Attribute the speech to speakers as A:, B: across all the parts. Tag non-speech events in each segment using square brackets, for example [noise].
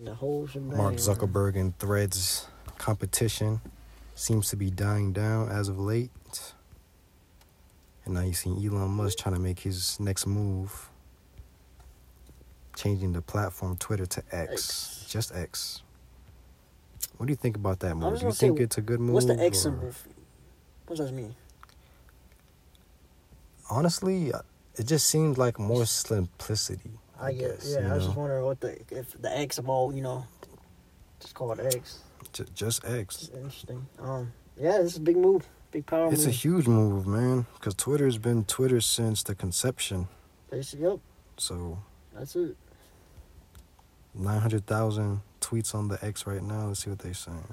A: The whole shebang.
B: Mark
A: man.
B: Zuckerberg and Threads competition seems to be dying down as of late. And now you see Elon Musk trying to make his next move, changing the platform Twitter to X,
A: X.
B: just X. What do you think about that
A: was
B: move? Do you
A: gonna say,
B: think it's a good move?
A: What's the X
B: or-
A: symbol? What does that mean?
B: Honestly, uh, it just seems like more simplicity. I,
A: I,
B: guess.
A: guess. Yeah,
B: you
A: I was
B: know?
A: just wondering what the if the X of all you know, just called X.
B: Ju- just X.
A: It's interesting. Um, yeah, it's a big move, big power
B: It's a
A: move.
B: huge move, man, because Twitter's been Twitter since the conception.
A: It's- yep,
B: So
A: that's it.
B: 900,000 tweets on the X right now. Let's see what they're saying.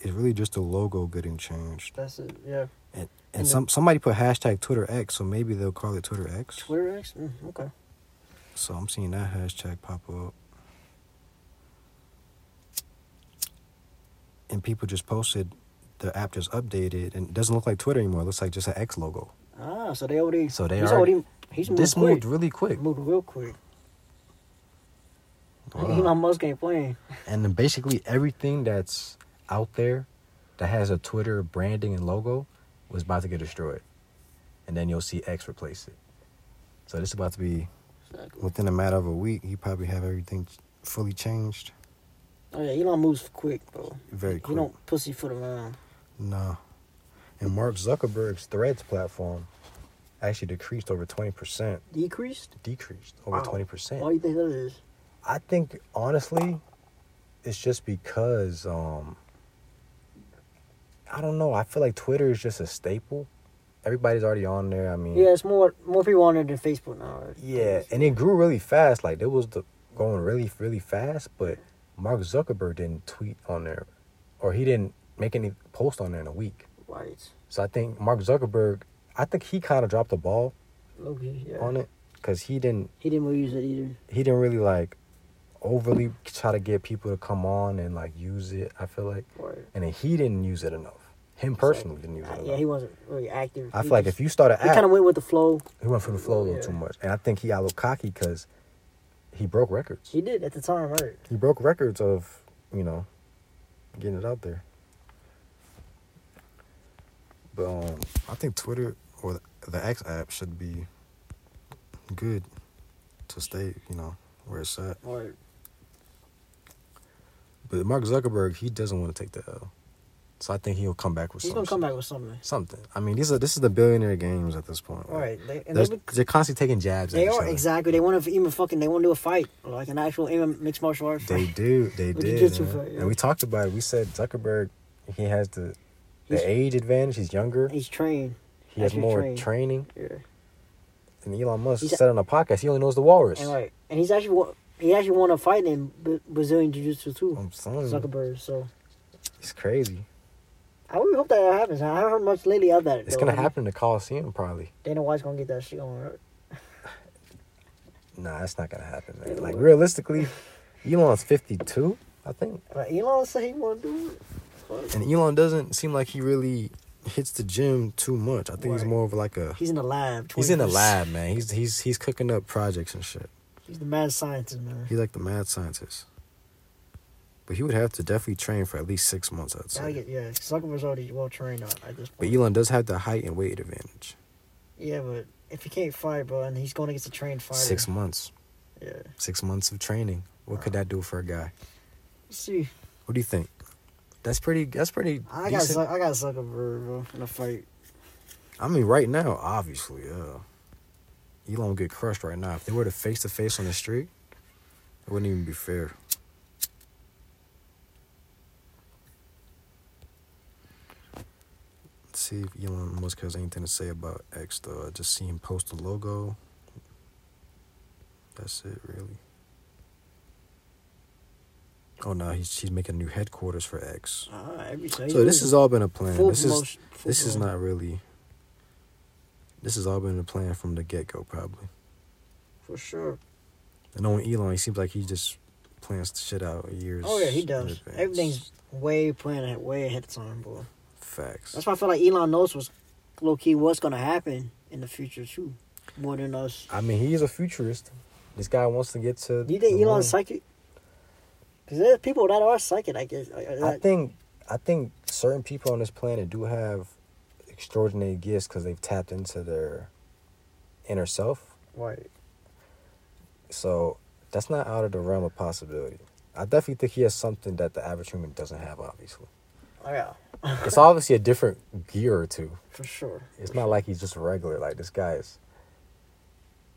B: It's really just the logo getting changed.
A: That's it. Yeah,
B: And,
A: And the-
B: some somebody put hashtag Twitter X, so maybe they'll call it Twitter X.
A: Twitter X. Mm, okay.
B: So I'm seeing that hashtag pop up. And people just posted the app just updated and it doesn't look like Twitter anymore. It looks like just an X logo.
A: Ah, so they already.
B: So they
A: he's
B: already-
A: already. He's moved
B: this
A: quick.
B: moved really quick.
A: moved real quick.
B: Wow.
A: Elon Musk ain't playing.
B: and then basically everything that's out there that has a Twitter branding and logo was about to get destroyed, and then you'll see X replace it. So this is about to be
A: Exactly.
B: within a matter of a week. You probably have everything fully changed
A: Oh yeah, Elon moves quick, bro.
B: very
A: You
B: quick.
A: don't pussyfoot around.
B: No, and Mark Zuckerberg's Threads platform actually decreased over twenty percent.
A: Decreased.
B: Decreased over
A: Wow.
B: twenty
A: Why do
B: percent.
A: you think that is?
B: I think honestly, it's just because um, I don't know. I feel like Twitter is just a staple. Everybody's already on there. I mean,
A: Yeah, it's more more people on it than Facebook now. right?
B: yeah, and it grew really fast. Like it was the, going really, really fast. But Mark Zuckerberg didn't tweet on there, or he didn't make any post on there in a week.
A: Right.
B: So I think Mark Zuckerberg, I think he kind of dropped the ball
A: Okay. Yeah.
B: on it because he didn't
A: He didn't really use it either.
B: he didn't really like overly try to get people to come on and like use it. I feel like,
A: Right.
B: and then he didn't use it enough. Him personally didn't use it
A: Uh,
B: enough.
A: yeah, he wasn't really active.
B: I
A: He
B: feel like
A: just-
B: if you start an
A: he kind of
B: app,
A: went with the flow.
B: he went for the flow a little
A: Yeah.
B: too much, and I think he got a little cocky because he broke records.
A: He did at the time, right?
B: He broke records of you know getting it out there. But um, I think Twitter or the- the X app should be good to stay, you know, where it's at.
A: Right.
B: But Mark Zuckerberg, he doesn't want to take the L. So I think he'll come back with
A: He's
B: something.
A: gonna come back with something.
B: Something. I mean, these are this is the billionaire games at this point.
A: All right. They, and
B: They're,
A: they, would-
B: they're constantly taking jabs.
A: they
B: at each
A: are
B: other.
A: exactly. They want to even fucking. They want to do a fight, like an actual MMA mixed martial arts.
B: They
A: fight.
B: do. They
A: With
B: did.
A: jiu-jitsu
B: man.
A: fight, yeah.
B: And we talked about it. We said Zuckerberg, he has the the
A: He's-
B: age advantage. He's younger.
A: He's trained.
B: he has
A: actually
B: more
A: trained.
B: training.
A: Yeah.
B: And Elon Musk
A: He's-
B: said on a podcast, he only knows the walrus.
A: And right. And he's actually wa- he actually won a fight in B- Brazilian Jiu Jitsu too.
B: I'm telling you,
A: Zuckerberg. So
B: it's crazy.
A: I really hope that happens. I haven't heard much lately of that.
B: It's
A: though.
B: gonna
A: I mean,
B: happen in the Coliseum probably.
A: Dana White's gonna get that shit on. Right?
B: Nah, it's not gonna happen, man.
A: It'll
B: Like
A: work.
B: realistically, Elon's fifty two, I think.
A: But Elon said he want to do it. Fuck.
B: And Elon doesn't seem like he really hits the gym too much. I think he's
A: Right.
B: more of like a
A: He's in the lab.
B: he's in the
A: 24/7.
B: lab, man. He's he's he's cooking up projects and shit.
A: He's the mad scientist, man.
B: He's like the mad scientist. But he would have to definitely train for at least six months, I'd
A: I
B: say.
A: get, yeah, Zuckerberg's already well trained on at this
B: But
A: point.
B: Elon does have the height and weight advantage.
A: yeah, but if he can't fight, bro, and he's going against a trained fighter,
B: Six months.
A: yeah,
B: Six months of training. What could that do for a guy?
A: Let's see,
B: What do you think? That's pretty that's pretty
A: I got
B: decent.
A: Zuck- I got Zuckerberg bro, in a fight.
B: I mean right now, obviously, yeah. Elon would get crushed right now. If they were to face to face on the street, it wouldn't even be fair. Let's see if Elon Musk has anything to say about X though. I just see him post the logo. That's it really. Oh no, he's he's making new headquarters for X.
A: Ah, every so
B: So this has all been a plan.
A: full
B: This is
A: promotion- full
B: this is
A: promotion.
B: not really. This has all been a plan from the get go, probably.
A: for sure.
B: And knowing Elon, he seems like he just plans the shit out years.
A: Oh yeah, he
B: in
A: does.
B: advance.
A: Everything's way planned ahead, way ahead of time, bro.
B: facts.
A: That's why I feel like Elon knows what's low key what's gonna happen in the future too, more than us.
B: I mean, he is a futurist. This guy wants to get to.
A: Do you think
B: the moon.
A: Elon's psychic? Because there's people that are psychic, I guess. Or- or
B: I
A: that-
B: think I think certain people on this planet do have extraordinary gifts because they've tapped into their inner self.
A: Right.
B: So that's not out of the realm of possibility. I definitely think he has something that the average human doesn't have. Obviously,
A: Oh, yeah.
B: it's obviously a different gear or two.
A: For sure.
B: It's not like he's just a regular. Like this guy is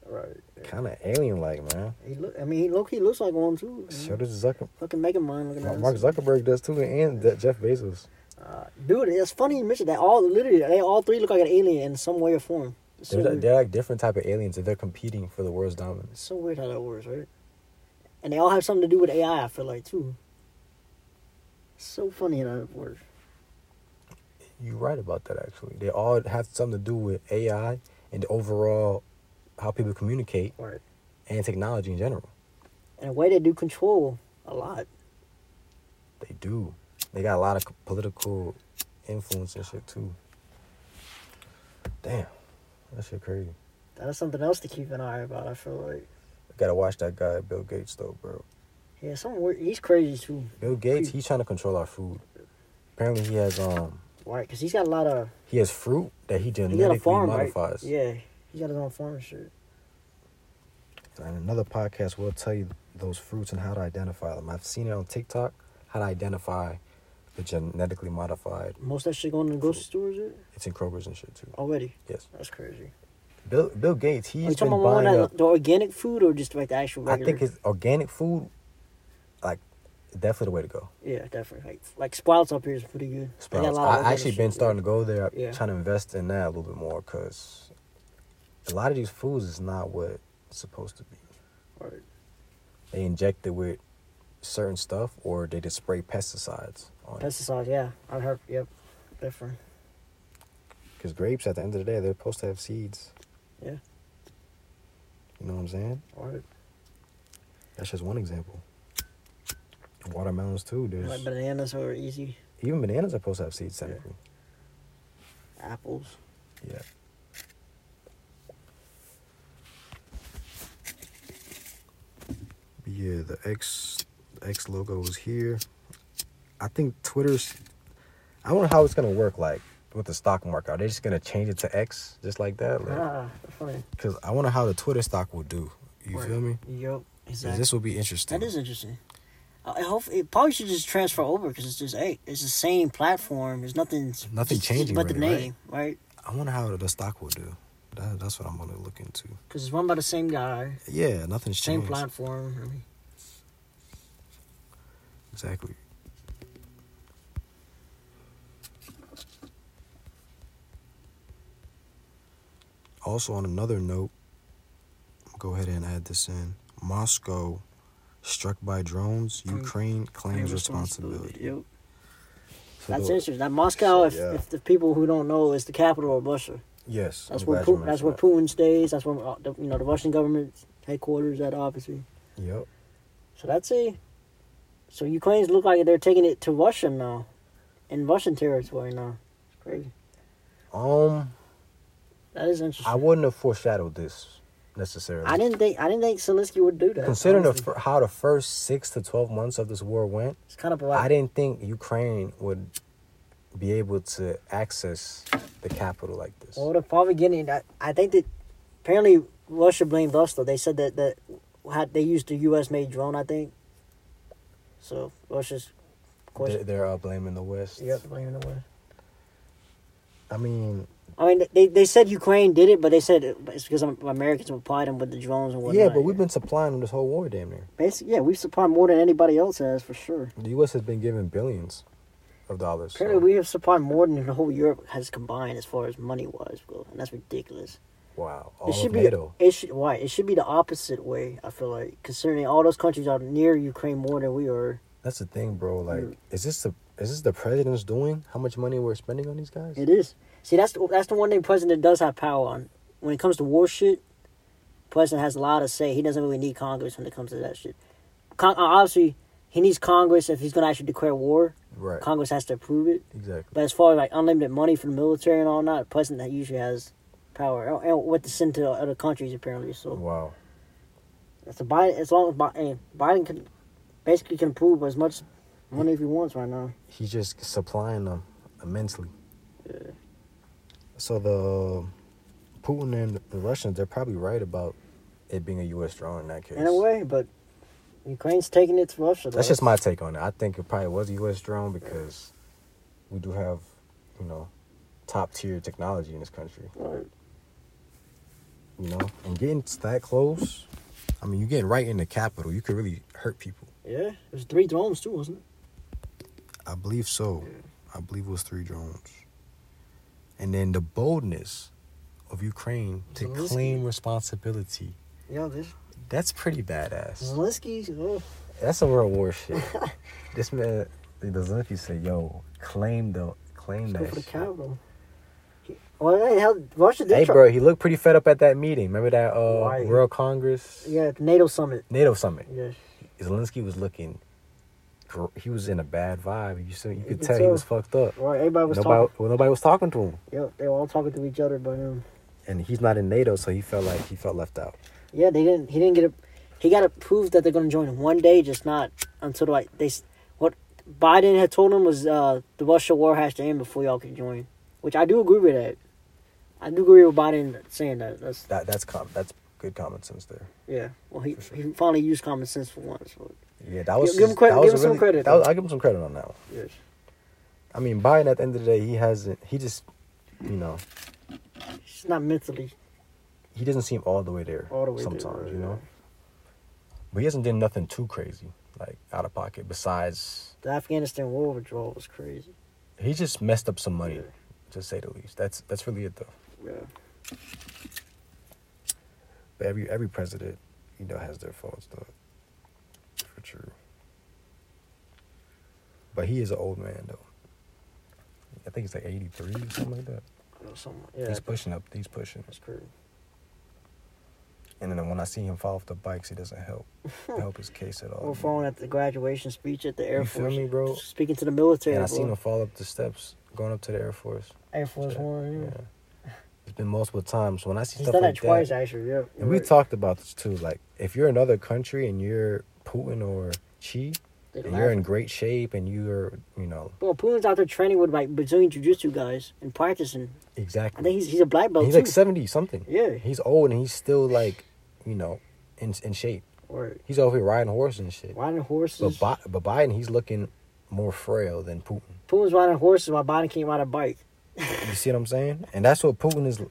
A: Right.
B: kind of alien like, man.
A: He look. I mean, he look. He looks like one too. you
B: So
A: know?
B: does Zucker-
A: Fucking Mega Mind. Looking at
B: Mark
A: us.
B: Zuckerberg does too, and De- Jeff Bezos.
A: Uh, dude, it's funny you mentioned that. All literally, they all three look like an alien in some way or form. It's so,
B: They're,
A: weird.
B: they're like different type of aliens, and they're competing for the world's dominance.
A: It's so weird how that works, right? And they all have something to do with AI. I feel like too. So funny how that works.
B: You're right about that, actually. They all have something to do with AI and overall how people communicate
A: Right.
B: and technology in general.
A: And the way they do control a lot.
B: They do. They got a lot of c- political influence and shit, too. Damn. That shit crazy.
A: That's something else to keep an eye about. I feel like.
B: Gotta watch that guy, Bill Gates, though, bro.
A: Yeah, something weird. He's crazy too.
B: Bill Gates, he's trying to control our food. Apparently, he has um
A: Right, because he's got a lot of.
B: he has fruit that he
A: He
B: genetically
A: got a farm, right?
B: modifies.
A: Yeah, he got his own farm and shit.
B: And another podcast will tell you those fruits and how to identify them. I've seen it on TikTok, how to identify the genetically modified.
A: Most of that shit going to the grocery stores yeah?
B: It's in Kroger's and shit too.
A: already.
B: Yes.
A: That's crazy.
B: Bill Bill Gates,
A: Are you
B: he's been
A: talking about
B: buying
A: that,
B: up.
A: the organic food or just like the actual
B: I
A: regular?
B: think his organic food, like, definitely the way to go.
A: Yeah, definitely. Like, like Sprouts up here is pretty good. They got a
B: Sprouts.
A: lot of
B: I
A: organic
B: actually been
A: shit,
B: starting to go there,
A: Yeah.
B: trying to invest in that a little bit more because a lot of these foods is not what it's supposed to be.
A: yeah. Right.
B: They inject it with certain stuff, or they just spray pesticides on it.
A: Pesticides, yeah. I heard, yep. Different.
B: Because grapes, at the end of the day, they're supposed to have seeds.
A: Yeah.
B: You know what I'm saying?
A: Right.
B: That's just one example. Watermelons too. There's
A: Like bananas are easy.
B: even bananas are supposed to have seeds technically.
A: Apples.
B: Yeah. Yeah, the X X logo is here. I think Twitter's. I wonder how it's gonna work. Like with the stock market, are they just gonna change it to X just like that? Like,
A: Ah, that's funny.
B: Cause I wonder how the Twitter stock will do. You
A: Right.
B: feel me?
A: Yep.
B: 'Cause
A: Exactly.
B: This will be interesting.
A: That is interesting. I I hope it probably should just transfer over because it's just hey, it's the same platform. There's nothing,
B: Nothing
A: just-
B: changing
A: but the
B: really, right?
A: name, right?
B: I wonder how the stock will do. That, that's what I'm gonna look into.
A: Because it's run by the same guy,
B: Yeah, nothing's
A: same
B: changed.
A: platform. I mean,
B: Exactly. Also, on another note, go ahead and add this in. Moscow struck by drones.
A: Mm.
B: Ukraine claims
A: same
B: responsibility.
A: Yep.
B: So
A: That's
B: the-
A: interesting. That Moscow, if,
B: Yeah.
A: if the people who don't know, is the capital of Russia.
B: Yes,
A: That's
B: I'm
A: where
B: glad you
A: Putin, that's
B: mentioned
A: where
B: that.
A: Putin stays. That's where uh, the, you know the Russian government's headquarters at, obviously.
B: Yep.
A: So that's a. So Ukrainians look like they're taking it to Russia now, in Russian territory now. It's crazy.
B: Um,
A: That is interesting.
B: I wouldn't have foreshadowed this necessarily.
A: I didn't think I didn't think Zelensky would do that.
B: Considering the,
A: honestly.
B: fir- how the first six to twelve months of this war went,
A: it's kind of
B: I
A: like
B: didn't think Ukraine would be able to access the capital like this.
A: well, they're probably getting. I, I think that apparently Russia blamed us though. They said that that had they used the U.S. made drone. I think. So Russia's, of course,
B: They're, they're uh, blaming the West.
A: yep, blaming the West.
B: I mean,
A: I mean, they, they said Ukraine did it, but they said it's because Am- Americans supplied them with the drones and whatnot.
B: yeah, but we've been supplying them this whole war, damn near.
A: basically yeah, we supplied more than anybody else has for sure.
B: The U.S. has been given billions of dollars. so-
A: Apparently, we have supplied more than the whole Europe has combined as far as money wise go, and that's ridiculous.
B: wow, all
A: It should
B: of
A: be
B: NATO.
A: it should right. It should be the opposite way. I feel like considering all those countries are near Ukraine more than we are.
B: That's the thing, bro. Like,
A: Mm.
B: is this the is this the president's doing? How much money we're spending on these guys?
A: It is. See, that's the, that's the one thing president does have power on. When it comes to war shit, president has a lot to say. He doesn't really need Congress when it comes to that shit. Con- uh, obviously, he needs Congress if he's gonna actually declare war.
B: Right.
A: Congress has to approve it.
B: exactly.
A: But as far as like unlimited money for the military and all that, president uh, that usually has power and what to send to other countries apparently. So
B: Wow.
A: It's a Biden. As long as Biden, Biden can basically can prove as much money if he wants right now.
B: He's just supplying them immensely. So the Putin and the Russians, they're probably right about it being a U.S. drone in that case.
A: In a way, but Ukraine's taking it to Russia.
B: That's
A: though.
B: just my take on it. I think it probably was a U.S. drone because we do have, you know, top tier technology in this country.
A: Right.
B: You know, and getting that close, I mean, you're getting right in the capital. You could really hurt people.
A: Yeah, there's three drones too, wasn't it?
B: I believe so. I believe it was three drones. And then the boldness of Ukraine to
A: Zelensky.
B: claim responsibility.
A: Yeah, this
B: That's pretty badass.
A: Zelensky's. Oh,
B: That's a World War
A: [laughs]
B: shit. this man, Zelensky said, "Yo, claim the claim
A: go
B: that."
A: for the
B: shit."
A: capital. He- Well, hey, hell, Russia did
B: Hey,
A: try-
B: bro, he looked pretty fed up at that meeting. Remember that uh,
A: Right.
B: World Congress,
A: Yeah, the NATO summit.
B: NATO summit.
A: Yes.
B: Zelensky was looking. gr- He was in a bad vibe. You see, you could
A: could
B: tell he
A: tell.
B: was fucked up.
A: Right. Everybody was
B: nobody,
A: talking.
B: well, nobody was talking to him,
A: Yeah, they were all talking to each other but him.
B: and he's not in NATO, so he felt like he felt left out.
A: Yeah, they didn't. He didn't get. A, he got approved that they're going to join him one day, just not until like they. s- What Biden had told him was uh, the Russia war has to end before y'all can join, which I do agree with that. I do agree with Biden saying that. That's
B: That that's com- that's good common sense there.
A: yeah. Well, he, he finally used common sense for once. But,
B: Yeah, that was
A: give him
B: his-
A: credit-
B: that was
A: give him
B: a
A: some
B: really-
A: credit,
B: that was-
A: though.
B: I give him some credit on that one.
A: yes.
B: I mean, Biden at the end of the day, he hasn't. He just, you know,
A: It's not mentally.
B: he doesn't seem all the way there.
A: All the way there,
B: sometimes,
A: yeah.
B: you know. But he hasn't done nothing too crazy, like out of pocket. Besides,
A: The Afghanistan war withdrawal was crazy.
B: he just messed up some money,
A: Yeah.
B: to say the least. That's that's really it though.
A: Yeah.
B: But every every president, you know, has their faults though. For true. But he is an old man though. I think he's like eighty three or something like that.
A: Or something. Yeah.
B: He's pushing up. He's pushing.
A: That's crazy.
B: And then when I see him fall off the bikes, it doesn't
A: [laughs]
B: help. help his case at all.
A: We're falling at the graduation speech at the Air
B: You feel
A: Force.
B: me, bro?
A: Speaking to the military.
B: and I
A: bro.
B: seen him fall up the steps going up to the Air Force.
A: Air Force
B: Yeah.
A: One. Yeah.
B: Yeah. It's been multiple times when I see
A: He's
B: stuff
A: done
B: like
A: that twice,
B: that.
A: actually. Yeah.
B: And we talked about this too. Like, if you're another country and you're Putin or Chi,
A: They
B: and
A: laugh.
B: you're in great shape and you're, you know,
A: Bro, Putin's out there training with like Brazilian Jiu Jitsu guys and practicing. I
B: exactly.
A: think he's he's a black belt
B: he's
A: too.
B: like 70 something.
A: Yeah.
B: He's old and he's still, like, you know, in, in shape.
A: or
B: He's over here riding horses and shit.
A: riding horses.
B: But, Bi- but Biden, he's looking more frail than Putin.
A: Putin's riding horses while Biden can't ride a bike.
B: You see what I'm saying? And that's what Putin is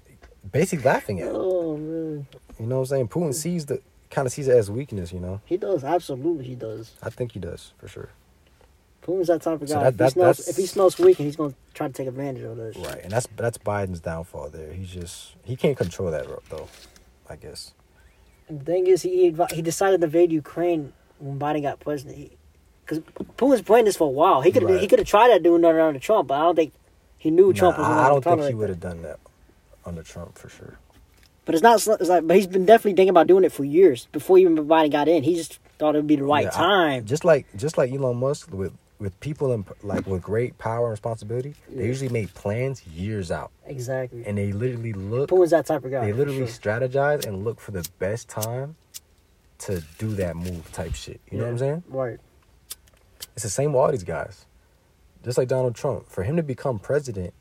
B: basically laughing at.
A: Oh man,
B: You know what I'm saying? Putin sees the kind of sees it as weakness. You know,
A: he does absolutely. He does.
B: I think he does for sure.
A: Putin's that type of guy.
B: So that-
A: if,
B: that-
A: he smells,
B: that's-
A: if he smells weak, and he's gonna try to take advantage of this.
B: Right, and that's that's Biden's downfall. There, he just he can't control that ro- though. I guess
A: And the thing is, he advi- he decided to invade Ukraine when Biden got president. Because Putin's planned this for a while. He could
B: Right.
A: he could have tried that doing another round of Trump, but I don't think he knew Trump
B: Nah,
A: was.
B: I, I don't think he would
A: have.
B: have done that under Trump for sure.
A: But it's not. It's like, but he's been definitely thinking about doing it for years before even Biden got in. He just thought it would be the right
B: Yeah, I-
A: time.
B: just like just like Elon Musk with with people in like with great power and responsibility, they usually make plans years out,
A: exactly.
B: and they literally look
A: Putin's that type of guy.
B: they
A: for sure.
B: literally strategize and look for the best time to do that move type shit. You know what I'm
A: Yeah,
B: saying?
A: Right.
B: It's the same with all these guys. Just like Donald Trump, for him to become president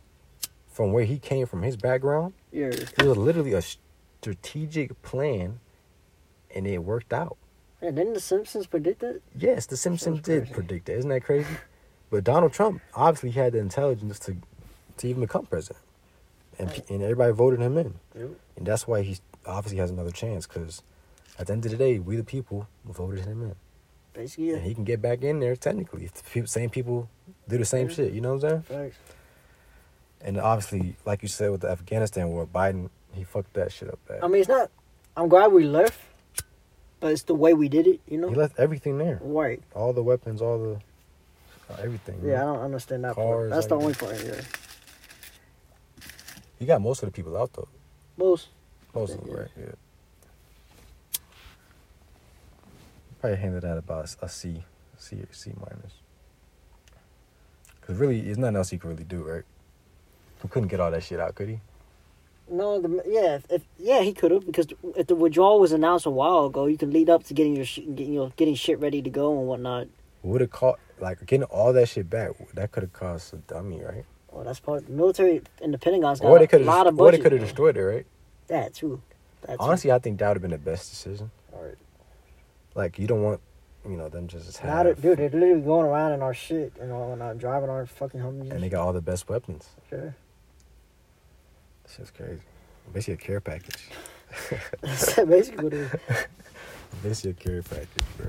B: from where he came from, his background,
A: Yeah.
B: it was literally a strategic plan and it worked out.
A: And didn't the Simpsons predict it?
B: Yes, the Simpsons
A: Sounds crazy.
B: did predict that. Isn't that crazy? But Donald Trump obviously had the intelligence to, to even become president. And, pe and everybody voted him in.
A: Yep.
B: And that's why he obviously has another chance because at the end of the day, we the people voted him in.
A: Basically, yeah.
B: And he can get back in there technically if the pe- same people do the same
A: Yeah.
B: shit. You know what I'm saying?
A: Facts.
B: And obviously, like you said with the Afghanistan war, Biden he fucked that shit up bad.
A: I mean, it's not. I'm glad we left, but it's the way we did it. You know.
B: he left everything there,
A: Right.
B: all the weapons, all the uh, everything.
A: Yeah, I don't understand that part.
B: Cars,
A: That's the
B: like-
A: only part. Yeah.
B: he got most of the people out though,
A: Most.
B: most of them, right? Yeah. Probably handed out about a C, C, C minus. Cause really, there's nothing else he could really do, right? He couldn't get all that shit out, could he?
A: No, the, yeah, if, if yeah, he could have because if the withdrawal was announced a while ago, you can lead up to getting your sh- getting, you know, getting shit ready to go and whatnot.
B: Would have caught like getting all that shit back. That could have cost a dummy, right?
A: Well, that's part the military and the Pentagon's got
B: Or they
A: a
B: could
A: lot
B: have.
A: of
B: Or
A: budget.
B: they could have
A: man.
B: destroyed it, right?
A: that too. That too.
B: Honestly, I think that would have been the best decision.
A: All right.
B: Like you don't want, you know, them just
A: Now,
B: have,
A: they're, dude, they're literally going around in our shit and all, and uh, driving our fucking Humvees.
B: and they got all the best weapons.
A: Sure. [laughs]
B: That's just crazy. Basically, a care package.
A: That's basically what it is.
B: Basically, a care package, bro.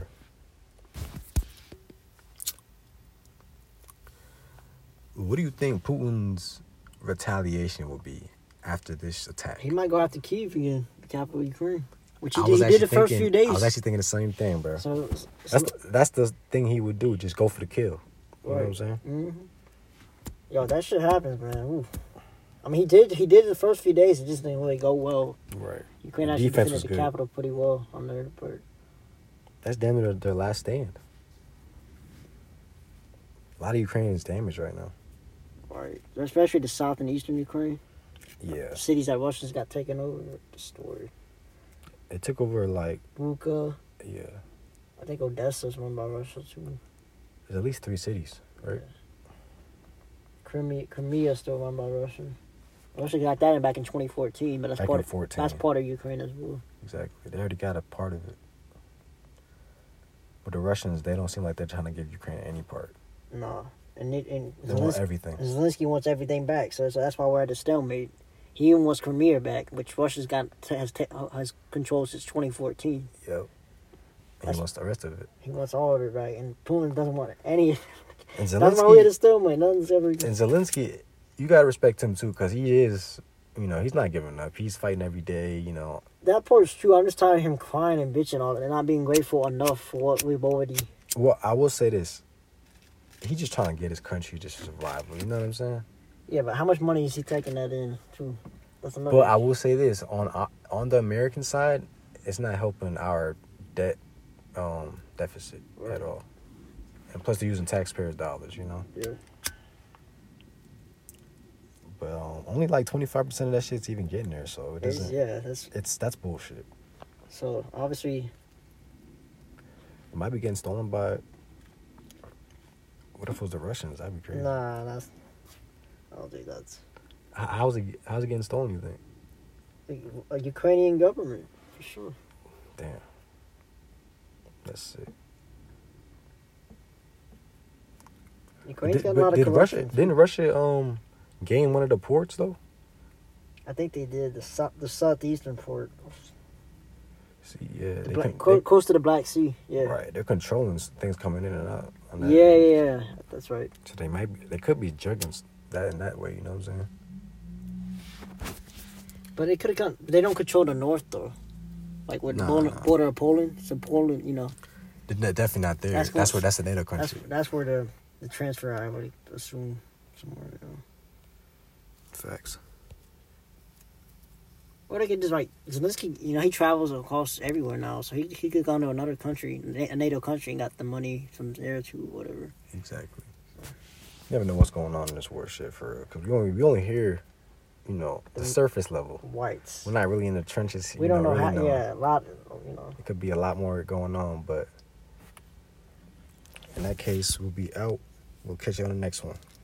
B: What do you think Putin's retaliation will be after this attack?
A: He might go after Kiev again, the capital of Ukraine, which he
B: I
A: did.
B: was
A: He did
B: actually
A: the first
B: thinking-
A: few days.
B: I was actually thinking the same thing, bro.
A: so,
B: That's the, that's the thing he would do. Just go for the kill. You know what I'm saying?
A: hmm Yo, that shit happens, man. Oof. I mean, he did. He did the first few days. It just didn't really go well.
B: Right.
A: Ukraine
B: The
A: actually
B: defense
A: defended
B: was
A: the
B: good.
A: capital pretty well on their part.
B: That's damn near their last stand. A lot of Ukrainians damaged right now.
A: Right. Especially the south and eastern Ukraine,
B: Yeah.
A: cities that Russians got taken over, destroyed.
B: It took over like
A: Buka,
B: yeah,
A: I think Odessa's run by Russia too.
B: there's at least three cities, right?
A: Crimea, Crimea still run by Russia. Russia got that in back in 2014, but that's
B: Back
A: part
B: in
A: of
B: 14.
A: that's part of Ukraine as well.
B: Exactly. They already got a part of it. But the Russians, they don't seem like they're trying to give Ukraine any part.
A: Nah, and it, and
B: They want
A: Zelensky-
B: everything.
A: Zelensky wants everything back, so, so that's why we're at a stalemate. He even wants Crimea back, which Russia's got has ta- has controlled since 2014.
B: Yep. And
A: That's-
B: he wants the rest of it.
A: He wants all of it back, and Putin doesn't want any. [laughs]
B: And
A: That's why we
B: Zelensky,
A: had a stalemate. Nothing's ever.
B: and Zelensky, you gotta respect him too, cause he is, you know, he's not giving up. He's fighting every day. You know,
A: That part's true. I'm just tired of him crying and bitching all and not being grateful enough for what we've already.
B: Well, I will say this. He just trying to get his country just survival. You know what I'm saying?
A: Yeah, but how much money is he taking that in too? That's another.
B: But I will say this on uh, on the American side, it's not helping our debt um, deficit
A: Right.
B: at all. And plus, they're using taxpayers' dollars. You know,
A: yeah.
B: but um, only like 25 percent of that shit's even getting there. So it
A: It's,
B: doesn't.
A: yeah, that's
B: It's that's bullshit.
A: so obviously
B: It might be getting stolen by. What if it was the Russians? That'd be crazy.
A: nah. That's I don't think that's
B: How- How's it? How's it getting stolen? You think?
A: a, a uh, Ukrainian government for sure.
B: Damn. That's sick.
A: Ukraine's
B: Did-
A: got a
B: but
A: lot of
B: did Russia,
A: corruption.
B: didn't Russia um gain one of the ports though?
A: I think they did the sou- the southeastern port,
B: See, yeah,
A: the
B: they
A: black,
B: con-
A: co-
B: they-
A: coast of the Black Sea. Yeah,
B: right. They're controlling s- things coming in and out. on that
A: yeah,
B: end.
A: yeah, yeah. That's right.
B: So they might be, they could be juggling s- that in that way. You know what I'm saying?
A: But it could have gone. They don't control the north though. Like with the
B: Nah.
A: border, border of Poland, so Poland, you know,
B: They're not- definitely not there.
A: That's
B: That's,
A: what-
B: where that's the NATO
A: that's
B: country.
A: that's where the the transfer. I would assume somewhere. You know.
B: Facts.
A: Or they could just like Zelensky, you know, he travels across everywhere now, so he he could go to another country, a NATO country, and got the money from there to whatever.
B: Exactly. You never know what's going on in this war shit for real. Cause we only we only hear, you know, the
A: Mm.
B: surface level.
A: Whites.
B: We're not really in the trenches.
A: we
B: you
A: don't know,
B: really
A: how. Yeah, a lot. You know.
B: It could be a lot more going on, but in that case, we'll be out. We'll catch you on the next one.